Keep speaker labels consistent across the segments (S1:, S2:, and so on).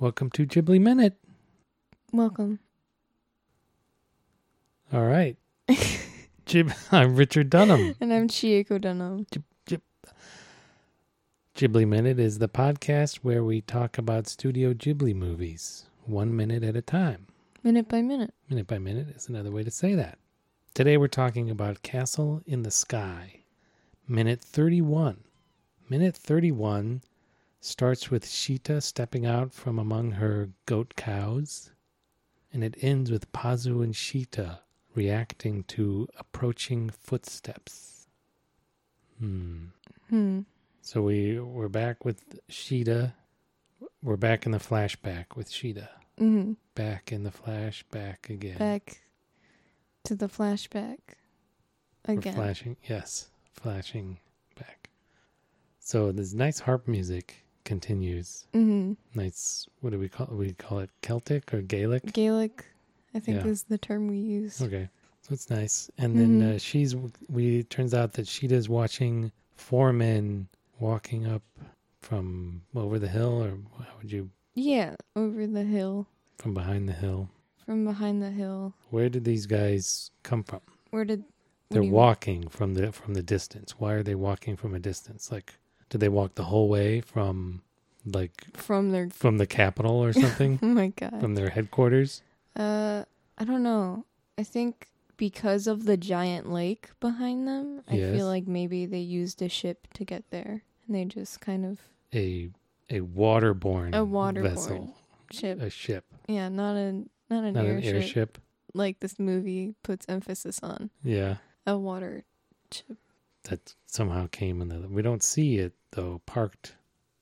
S1: Welcome to Ghibli Minute.
S2: Welcome.
S1: All right. Ghib- I'm Richard Dunham.
S2: And I'm Chieko Dunham.
S1: Ghibli Minute is the podcast where we talk about Studio Ghibli movies, one minute at a time.
S2: Minute by minute.
S1: Minute by minute is another way to say that. Today we're talking about Castle in the Sky, minute 31. Minute 31 starts with Shita stepping out from among her goat cows, and it ends with Pazu and Shita reacting to approaching footsteps. Hmm.
S2: Hmm.
S1: So we we're back with Sheeta. We're back in the flashback with Sheeta.
S2: hmm
S1: Back in the flashback again.
S2: Back to the flashback
S1: We're
S2: again.
S1: flashing. Yes, flashing back. So this nice harp music continues.
S2: hmm
S1: Nice. What do we call? We call it Celtic or Gaelic?
S2: Gaelic, I think,
S1: Yeah.
S2: is the term we use.
S1: Okay. So it's nice. And then
S2: Mhm.
S1: uh, she's. We it turns out that Sheeta's watching four men walking up from over the hill, or how would you?
S2: Yeah, over the hill,
S1: From behind the hill.
S2: from behind the hill.
S1: Where did these guys come from?
S2: Where did. what
S1: They're
S2: do you-
S1: walking from the from the distance. Why are they walking from a distance? Like, did they walk the whole way from like
S2: From their.
S1: from the capital or something?
S2: Oh my god.
S1: from their headquarters?
S2: uh, I don't know. I think because of the giant lake behind them, I
S1: Yes.
S2: feel like maybe they used a ship to get there. And they just kind of.
S1: A a waterborne
S2: A waterborne
S1: vessel,
S2: Ship.
S1: a ship,
S2: Yeah, not a not an,
S1: not an
S2: airship,
S1: airship.
S2: like this movie puts emphasis on
S1: Yeah,
S2: a water ship.
S1: that somehow came in the. We don't see it though, parked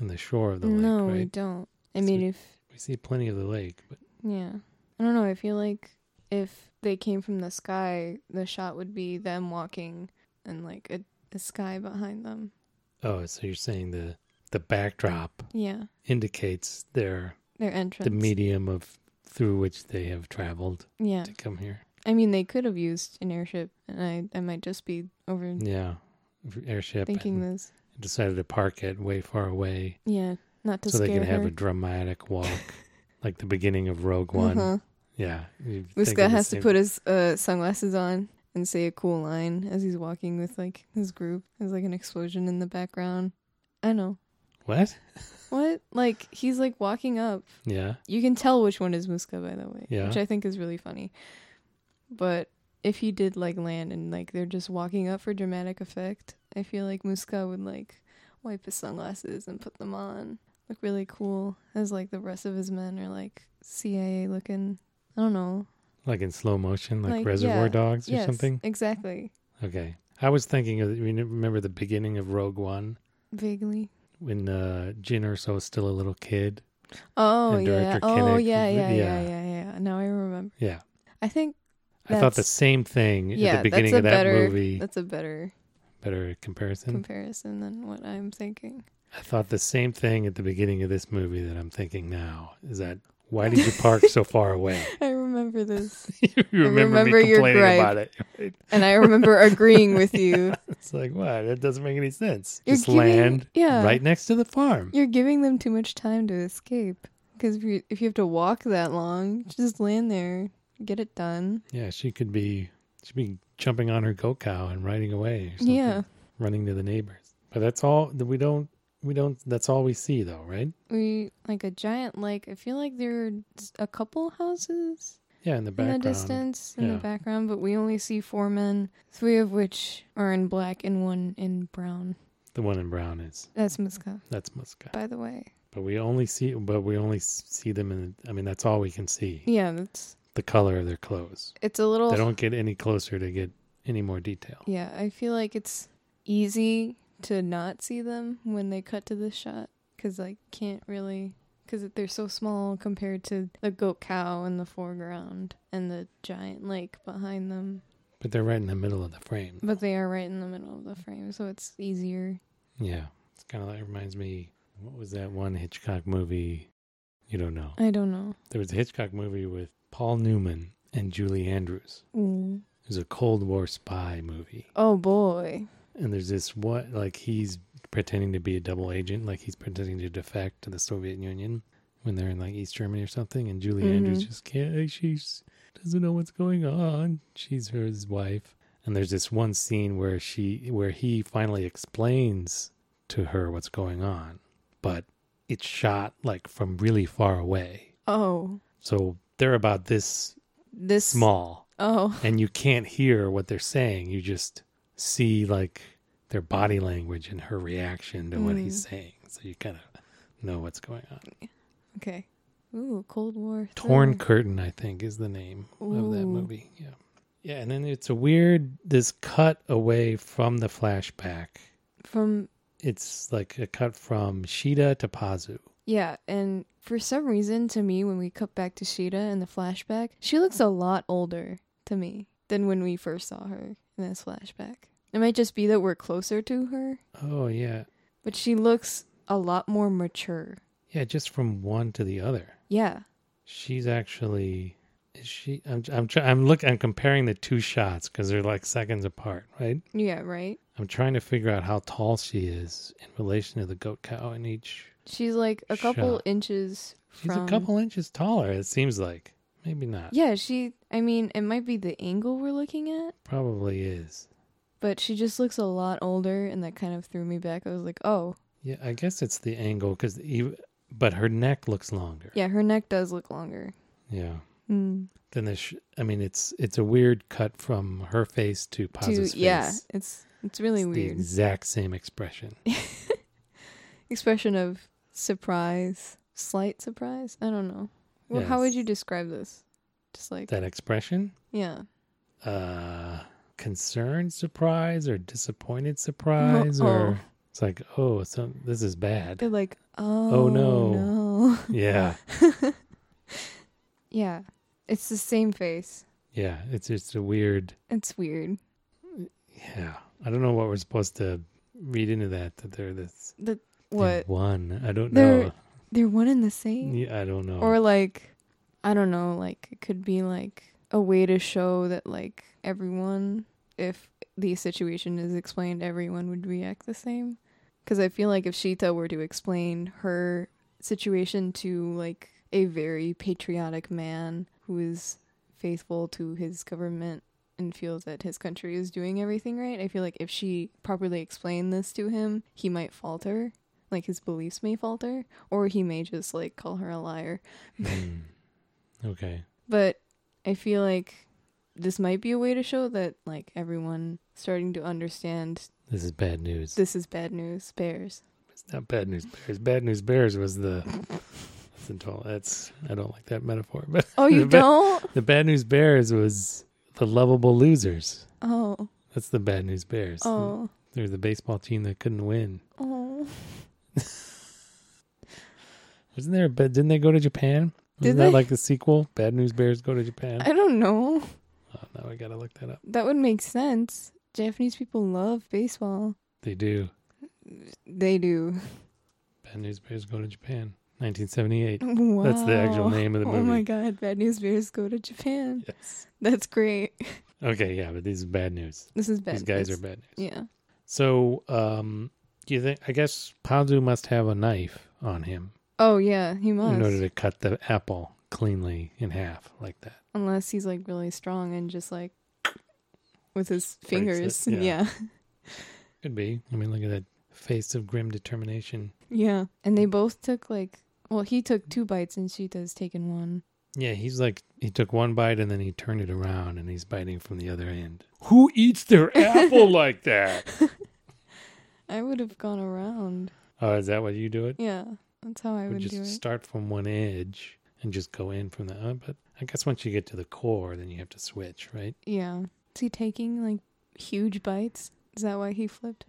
S1: on the shore of the
S2: no,
S1: lake.
S2: we
S1: Right?
S2: don't. I
S1: So-
S2: mean, if
S1: We see plenty of the lake, but
S2: yeah, I don't know. I feel like if they came from the sky, the shot would be them walking and like a, a sky behind them.
S1: oh, so you're saying the the backdrop
S2: Yeah,
S1: indicates their
S2: their entrance.
S1: the medium of through which they have traveled
S2: Yeah,
S1: to come here.
S2: I mean, they could have used an airship, and I I might just be over
S1: Yeah, airship.
S2: Mm. thinking
S1: and
S2: this.
S1: decided to park it way far away
S2: Yeah, not to
S1: so
S2: scare
S1: they can
S2: her.
S1: have a dramatic walk, like the beginning of Rogue One.
S2: Uh-huh.
S1: Yeah, you think of the
S2: Muska has to
S1: same-
S2: put his uh, sunglasses on and say a cool line as he's walking with like his group. There's like an explosion in the background. I know.
S1: what?
S2: What? Like he's like walking up.
S1: Yeah,
S2: You can tell which one is Muska by the way,
S1: Yeah.
S2: which I think is really funny. But if he did like land and like they're just walking up for dramatic effect, I feel like Muska would like wipe his sunglasses and put them on. Look really cool as like the rest of his men are like CIA looking. I don't know.
S1: like in slow motion, like,
S2: Like,
S1: Reservoir
S2: yeah,
S1: Dogs or
S2: yes,
S1: something.
S2: Exactly.
S1: Okay, I was thinking of you know, remember the beginning of Rogue One
S2: Vaguely.
S1: when uh, Jin Erso is still a little kid.
S2: Oh
S1: And
S2: yeah.
S1: Director
S2: Oh
S1: Kinnick,
S2: yeah, yeah,
S1: yeah.
S2: yeah, yeah, yeah. Now I remember.
S1: Yeah,
S2: I think
S1: I thought the
S2: That's-
S1: same thing
S2: yeah,
S1: at the
S2: that's
S1: beginning
S2: a
S1: of that
S2: better-
S1: movie.
S2: that's a better
S1: Better comparison.
S2: comparison than what I'm thinking.
S1: I thought the same thing at the beginning of this movie that I'm thinking now is that why did you park so far away?
S2: I remember this,
S1: you
S2: remember your gripe.
S1: it. right?
S2: and I remember agreeing with you.
S1: It's like, what? That doesn't make any sense.
S2: You're
S1: Just
S2: giving-
S1: land
S2: yeah.
S1: right next to the farm.
S2: You're giving them too much time to escape because if you if you have to walk that long, just land there, get it done.
S1: Yeah, she could be she'd be jumping on her goat cow and riding away or something,
S2: Yeah,
S1: running to the neighbors. But that's all that we don't we don't that's all we see though, right?
S2: we like a giant lake. I feel like there's a couple houses.
S1: Yeah, in the
S2: in the
S1: background.
S2: distance in
S1: Yeah.
S2: the background but we only see four men three of which are in black and one in brown
S1: The one in brown is
S2: that's Muska,
S1: that's Muska.
S2: by the way
S1: But we only see but we only s- see them in I mean that's all we can see.
S2: yeah that's
S1: The color of their clothes.
S2: it's a little
S1: They don't get any closer to get any more detail.
S2: yeah i feel like it's easy to not see them when they cut to this shot because like can't really because they're so small compared to the goat cow in the foreground and the giant lake behind them
S1: But they're right in the middle of the frame.
S2: but they are right in the middle of the frame so it's easier
S1: Yeah. It's kind of like, it reminds me, what was that one Hitchcock movie? You don't know.
S2: i don't know
S1: There was a Hitchcock movie with Paul Newman and Julie Andrews.
S2: Mm.
S1: It was a Cold War spy movie.
S2: oh boy
S1: And there's this what, like he's pretending to be a double agent, like he's pretending to defect to the Soviet Union. when they're in like East Germany or something, and Julie Andrews just can't. She doesn't know what's going on. She's his wife, and there's this one scene where she, where he finally explains to her what's going on, but it's shot like from really far away,
S2: Oh,
S1: so they're about this
S2: this
S1: small,
S2: Oh,
S1: and you can't hear what they're saying. You just see like their body language and her reaction to what he's saying, so you kind of know what's going on.
S2: okay. Ooh, Cold War.
S1: Torn
S2: thriller.
S1: Curtain, I think, is the name of that
S2: Ooh.
S1: movie. Yeah. Yeah, and then it's a weird this cut away from the flashback.
S2: from
S1: It's like a cut from Shida to Pazu.
S2: yeah, and for some reason to me when we cut back to Sheeta in the flashback, she looks a lot older to me than when we first saw her in this flashback. It might just be that we're closer to her,
S1: Oh yeah.
S2: but she looks a lot more mature.
S1: Yeah, just from one to the other.
S2: Yeah.
S1: She's actually is she I'm I'm try, I'm look I'm comparing the two shots cuz they're like seconds apart, right?
S2: Yeah, right?
S1: I'm trying to figure out how tall she is in relation to the goat cow in each.
S2: She's like a couple
S1: Shot.
S2: inches
S1: She's
S2: from
S1: a couple inches taller it seems like. Maybe not.
S2: Yeah, she I mean, it might be the angle we're looking at.
S1: Probably is.
S2: but she just looks a lot older and that kind of threw me back i was like oh
S1: Yeah, I guess it's the angle because, but her neck looks longer.
S2: yeah her neck does look longer
S1: Yeah.
S2: mm.
S1: Then this, sh- I mean, it's it's a weird cut from her face to
S2: to,
S1: Pazu's face.
S2: yeah it's it's really
S1: It's the
S2: weird
S1: exact same expression.
S2: expression of surprise slight surprise i don't know well, how would
S1: Yes.
S2: you describe this just like
S1: that expression,
S2: yeah
S1: uh, concerned surprise or disappointed surprise,
S2: oh.
S1: or it's like, oh, some this is bad.
S2: they're like oh,
S1: no.
S2: no.
S1: yeah,
S2: yeah it's the same face
S1: yeah. It's just a weird.
S2: it's weird
S1: Yeah, I don't know what we're supposed to read into that. That they're this they
S2: what
S1: one. I don't
S2: They're-
S1: know.
S2: they're one and the same
S1: Yeah, I don't know.
S2: Or like, I don't know, like it could be like a way to show that like everyone, if the situation is explained, everyone would react the same. Because I feel like if Shita were to explain her situation to like a very patriotic man who is faithful to his government and feels that his country is doing everything right, I feel like if she properly explained this to him, he might falter. Like his beliefs may falter, or he may just like call her a liar.
S1: Hmm. okay.
S2: But I feel like this might be a way to show that like everyone starting to understand
S1: This is bad news.
S2: this is bad news bears.
S1: It's not bad news bears. Bad news bears was the that's until that's I don't like that metaphor, but
S2: Oh, you
S1: The bad-
S2: don't?
S1: the bad news bears was the lovable losers.
S2: Oh,
S1: That's the bad news bears.
S2: oh,
S1: They're the baseball team that couldn't win.
S2: oh.
S1: Wasn't there? But didn't they go to Japan? Wasn't
S2: Did
S1: that
S2: they?
S1: like the sequel? Bad news bears go to Japan.
S2: I don't know.
S1: oh, now I gotta look that up.
S2: That would make sense. Japanese people love baseball.
S1: They do.
S2: They do.
S1: Bad news bears go to Japan. 1978.
S2: Wow.
S1: That's the actual name of the movie.
S2: Oh my god, bad news bears go to Japan.
S1: Yes.
S2: That's great.
S1: Okay. Yeah, but these is bad news.
S2: This is bad.
S1: these guys
S2: news.
S1: are bad news.
S2: Yeah.
S1: So, um, do you think? I guess Pazu must have a knife on him
S2: Oh yeah, he must.
S1: in order to cut the apple cleanly in half like that.
S2: unless he's like really strong and just like with his
S1: breaks it,
S2: fingers.
S1: yeah.
S2: Yeah. yeah.
S1: Could be. I mean, look at that face of grim determination.
S2: And they both took like well, he took two bites and Sheeta's taken one.
S1: Yeah, he's like he took one bite and then he turned it around and he's biting from the other end. Who eats their apple like that?
S2: I would have gone around.
S1: Oh, is that what you do it?
S2: Yeah. That's how I
S1: Or
S2: would
S1: just
S2: do it.
S1: start from one edge and just go in from the. Uh, but I guess once you get to the core, then you have to switch, right?
S2: yeah. Is he taking like huge bites? Is that why he flipped?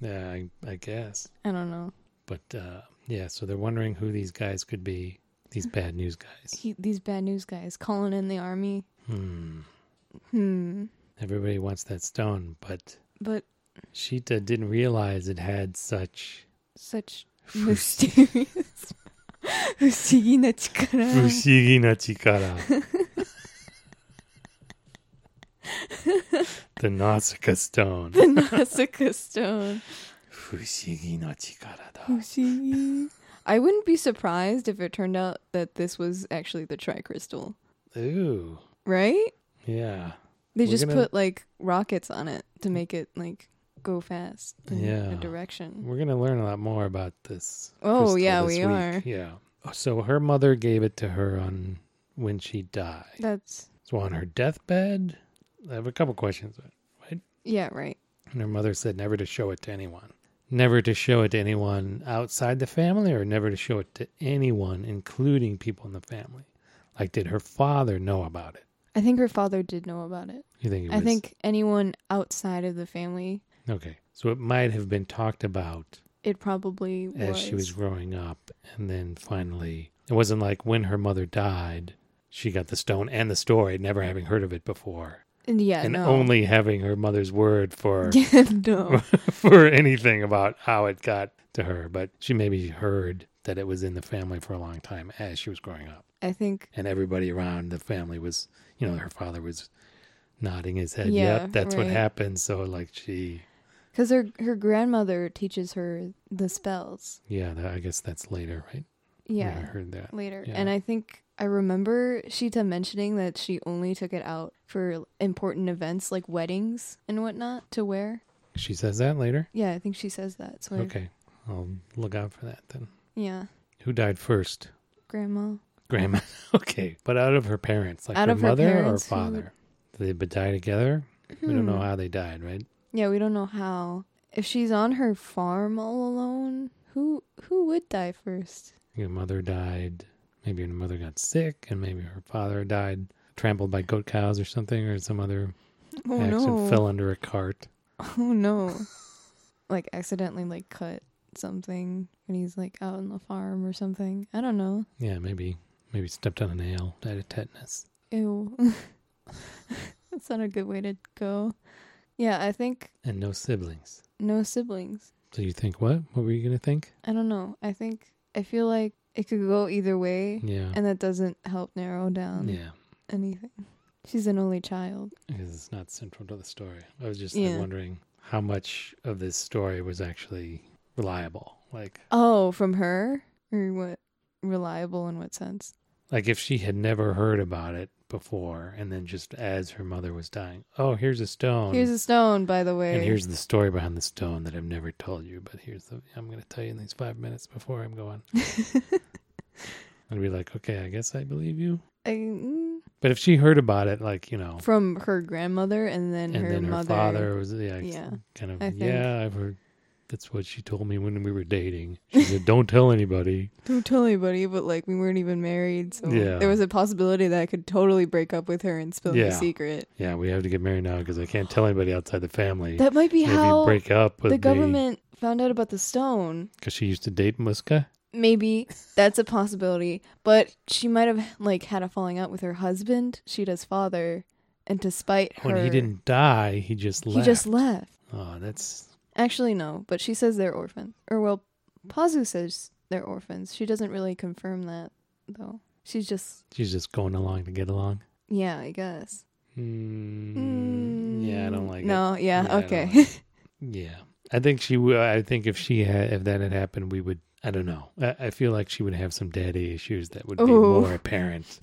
S1: Yeah, I, I guess.
S2: I don't know.
S1: But uh, yeah, so they're wondering who these guys could be. These bad news guys.
S2: He, these bad news guys calling in the army.
S1: Hmm.
S2: Hmm.
S1: Everybody wants that stone, but
S2: But
S1: Sheeta didn't realize it had such
S2: such mysterious 不思議な力
S1: fushigi na chikara. the Nausicaa stone.
S2: the Nausicaa stone.
S1: Fushigi na chikara
S2: 不思議 I wouldn't be surprised if it turned out that this was actually the tricrystal,
S1: Ooh.
S2: right?
S1: Yeah.
S2: They
S1: We're
S2: just
S1: gonna-
S2: put like rockets on it to make it like go fast in
S1: Yeah.
S2: a direction.
S1: We're going to learn a lot more about this.
S2: Oh,
S1: crystal
S2: yeah,
S1: this
S2: we
S1: week.
S2: are.
S1: Yeah. So her mother gave it to her on when she died.
S2: That's
S1: So on her deathbed, I have a couple questions.
S2: yeah, right.
S1: And her mother said never to show it to anyone. Never to show it to anyone outside the family or never to show it to anyone, including people in the family. Like, did her father know about it?
S2: I think her father did know about it.
S1: You think it
S2: I
S1: was?
S2: think anyone outside of the family,
S1: Okay. So it might have been talked about
S2: it probably
S1: as
S2: was.
S1: she was growing up. And then finally, it wasn't like when her mother died, she got the stone and the story, never having heard of it before.
S2: And yeah,
S1: and
S2: no.
S1: only having her mother's word for
S2: yeah, no.
S1: for anything about how it got to her, but she maybe heard that it was in the family for a long time as she was growing up.
S2: I think
S1: And everybody around the family was, you know, her father was nodding his head,
S2: Yeah,
S1: yep, that's what
S2: right.
S1: happened. So, like, she,
S2: because her her grandmother teaches her the spells.
S1: yeah, that, I guess that's later, right? I
S2: Yeah,
S1: heard that.
S2: later.
S1: Yeah.
S2: And I think I remember Shita mentioning that she only took it out for important events like weddings and whatnot to wear.
S1: She says that later?
S2: Yeah, I think she says that. So I-
S1: Okay. I'll look out for that then.
S2: yeah,
S1: Who died first?
S2: grandma.
S1: Grandma. okay. But out of her parents, like
S2: Out
S1: her
S2: of her
S1: mother
S2: parents,
S1: or
S2: who- Hmm.
S1: father? Did they die together? We don't know how they died, right?
S2: Yeah, we don't know how. If she's on her farm all alone, who who would die first?
S1: your mother died maybe your mother got sick and maybe her father died trampled by goat cows or something or some other
S2: Oh
S1: accident
S2: no!
S1: fell under a cart
S2: Oh no! like accidentally like cut something when he's like out on the farm or something. I don't know.
S1: yeah maybe maybe stepped on a nail died of tetanus
S2: Ew. That's not a good way to go. Yeah, I think
S1: and no siblings
S2: no siblings.
S1: so you think what what were you gonna think
S2: I don't know. I think I feel like it could go either way,
S1: yeah
S2: and um, that doesn't help narrow down
S1: Mm. yeah
S2: anything. She's an only child.
S1: because it's not central to the story i was just
S2: Yeah.
S1: like, wondering how much of this story was actually reliable like
S2: Oh, from her or what? Reliable in what sense?
S1: like if she had never heard about it before and then just as her mother was dying oh here's a stone
S2: Here's a stone, by the way.
S1: And here's the story behind the stone that I've never told you, but here's the I'm gonna tell you in these five minutes before I'm going. I'd be like, okay, I guess I believe you.
S2: I- mm,
S1: But if she heard about it, like you know,
S2: from her grandmother and then
S1: and
S2: her
S1: then her
S2: mother.
S1: father was yeah, it's
S2: Yeah,
S1: kind of
S2: I think-
S1: yeah, I've heard. That's what she told me when we were dating. She said, "Don't tell anybody."
S2: Don't tell anybody, but like we weren't even married, so
S1: Yeah.
S2: there was a possibility that I could totally break up with her and spill
S1: Yeah.
S2: her secret.
S1: Yeah, we have to get married now because I can't tell anybody outside the family.
S2: That might be
S1: And if you
S2: how
S1: break up with
S2: the government found out about the stone.
S1: because she used to date Muska.
S2: Maybe that's a possibility, but she might have like had a falling out with her husband, Sheeta's father, and to spite her,
S1: When Oh, he didn't die, he just
S2: he
S1: left.
S2: just left.
S1: Oh, that's
S2: Actually, no, but she says they're orphans. Or, well, Pazu says they're orphans. She doesn't really confirm that, though. She's just,
S1: she's just going along to get along.
S2: yeah, I guess.
S1: Mm, yeah, I don't
S2: Mm,
S1: like it.
S2: No, yeah,
S1: Yeah, I don't
S2: okay.
S1: like Yeah, I think she. wou- I think if she had, if that had happened, we would. I don't know. I, I feel like she would have some daddy issues that would be
S2: Ooh.
S1: more apparent,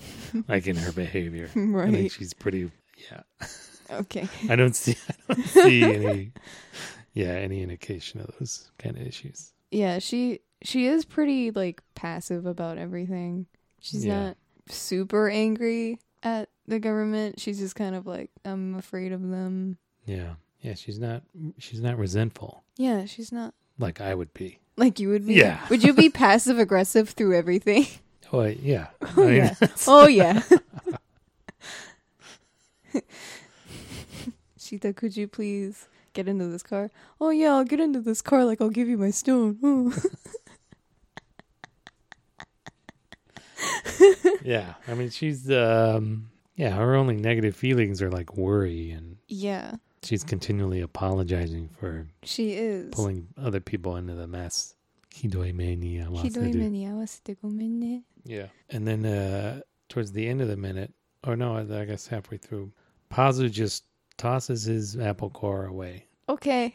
S1: like in her behavior. I think
S2: right.
S1: she's pretty. Yeah,
S2: Okay.
S1: I don't see. I don't see any. Yeah, any indication of those kind of issues.
S2: Yeah, she she is pretty like passive about everything. She's
S1: Yeah.
S2: not super angry at the government. She's just kind of like I'm afraid of them.
S1: Yeah, yeah. She's not. She's not resentful
S2: Yeah, she's not
S1: like I would be.
S2: like you would be.
S1: Yeah.
S2: Would you be passive aggressive through everything?
S1: Oh, I- yeah.
S2: Oh,
S1: I mean,
S2: yeah. Oh yeah. Sheeta, could you please get into this car? Oh yeah, I'll get into this car like I'll give you my stone. Ooh.
S1: yeah. I mean, she's. um Yeah, her only negative feelings are like worry and
S2: yeah,
S1: She's continually apologizing for
S2: she is.
S1: pulling other people into the mess. Hidoi mania
S2: ひどい目に遭わせてごめんね
S1: Yeah. And then uh, towards the end of the minute, or no, I I guess halfway through, Pazu just tosses his apple core away
S2: Okay.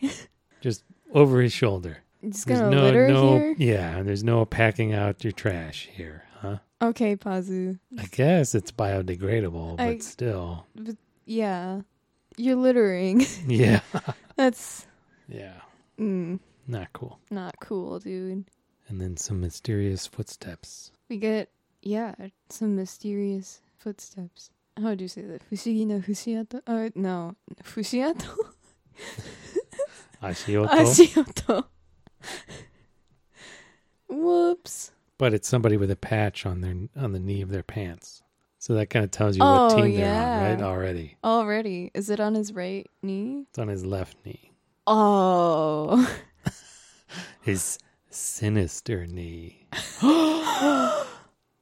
S1: over his shoulder.
S2: Just
S1: There's
S2: gonna litter
S1: no,
S2: here?
S1: yeah, and there's no packing out your trash here, huh?
S2: Okay, Pazu.
S1: I guess it's biodegradable, but
S2: I-
S1: still,
S2: Yeah. You're littering.
S1: yeah,
S2: That's
S1: yeah,
S2: mm,
S1: not cool.
S2: not cool, dude.
S1: And then some mysterious footsteps.
S2: We get, yeah, some mysterious footsteps. How would you say that? Fushigi no Fushiato? Uh, no. Fushiato?
S1: Ashioto,
S2: Ashioto. Whoops.
S1: but it's somebody with a patch on their on the knee of their pants. So that kind of tells you
S2: Oh,
S1: what team they're
S2: yeah.
S1: on, right? Already,
S2: Already. Is it on his right knee?
S1: it's on his left knee,
S2: Oh.
S1: his sinister knee.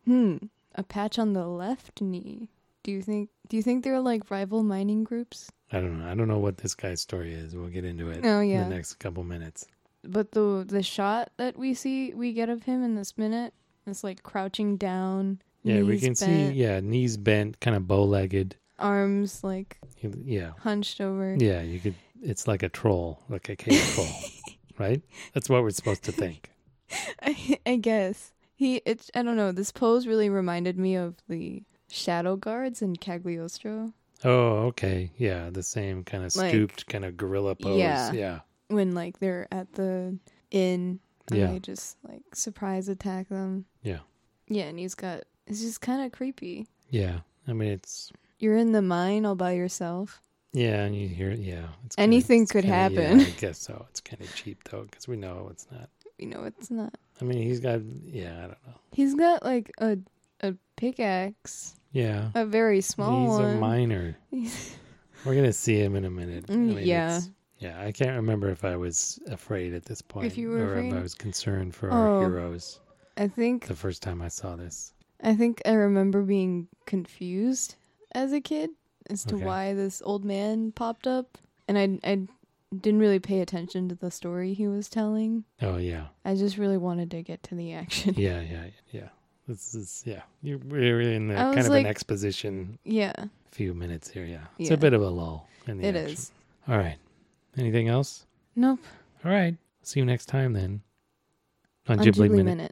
S2: hmm. A patch on the left knee. Do you think do you think they're like rival mining groups?
S1: I don't know. I don't know what this guy's story is. We'll get into it
S2: Oh, yeah.
S1: in the next couple minutes.
S2: But the the shot that we see we get of him in this minute, it's like crouching down.
S1: Yeah, we
S2: knees
S1: can
S2: bent,
S1: see. Yeah, knees bent, kind of bow-legged.
S2: arms like
S1: You- Yeah,
S2: hunched over.
S1: yeah. You could. It's like a troll, like a cave troll, right? That's what we're supposed to think.
S2: I, I guess he. It. I don't know. This pose really reminded me of the shadow guards in Cagliostro
S1: Oh, okay. Yeah, the same kind of
S2: Like-
S1: stooped, kind of gorilla pose.
S2: Yeah.
S1: yeah.
S2: when like they're at the inn and
S1: Yeah.
S2: they just like surprise attack them.
S1: Yeah.
S2: Yeah, and he's got. It's just kind of creepy.
S1: Yeah. I mean, it's
S2: You're in the mine all by yourself.
S1: yeah, and you hear yeah. It's
S2: Anything
S1: it's
S2: could
S1: kinda-
S2: happen.
S1: Yeah, I guess so. It's kind of cheap though, because we know it's not.
S2: You know, it's not.
S1: I mean, he's got yeah. I don't know.
S2: He's got like a a pickaxe,
S1: Yeah,
S2: a very small
S1: he's
S2: one.
S1: a miner.
S2: He's-
S1: We're gonna see him in a minute. I
S2: Mm,
S1: mean,
S2: yeah.
S1: it's- Yeah, I can't remember if I was afraid at this point,
S2: you were
S1: or if
S2: afraid?
S1: I was concerned for our
S2: Oh.
S1: heroes.
S2: I think
S1: The first time I saw this,
S2: I think I remember being confused as a kid as to
S1: Okay.
S2: why this old man popped up, and I I didn't really pay attention to the story he was telling.
S1: oh yeah,
S2: I just really wanted to get to the action.
S1: yeah, yeah, yeah. This is yeah. You're we're in the
S2: I
S1: kind
S2: was
S1: of an
S2: like-
S1: exposition
S2: Yeah,
S1: few minutes here. Yeah, it's
S2: Yeah.
S1: a bit of a lull in the
S2: it
S1: action.
S2: is.
S1: All right. Anything else?
S2: Nope.
S1: All right. See you next time then. On
S2: on
S1: Ghibli
S2: Ghibli
S1: Minute.
S2: minute.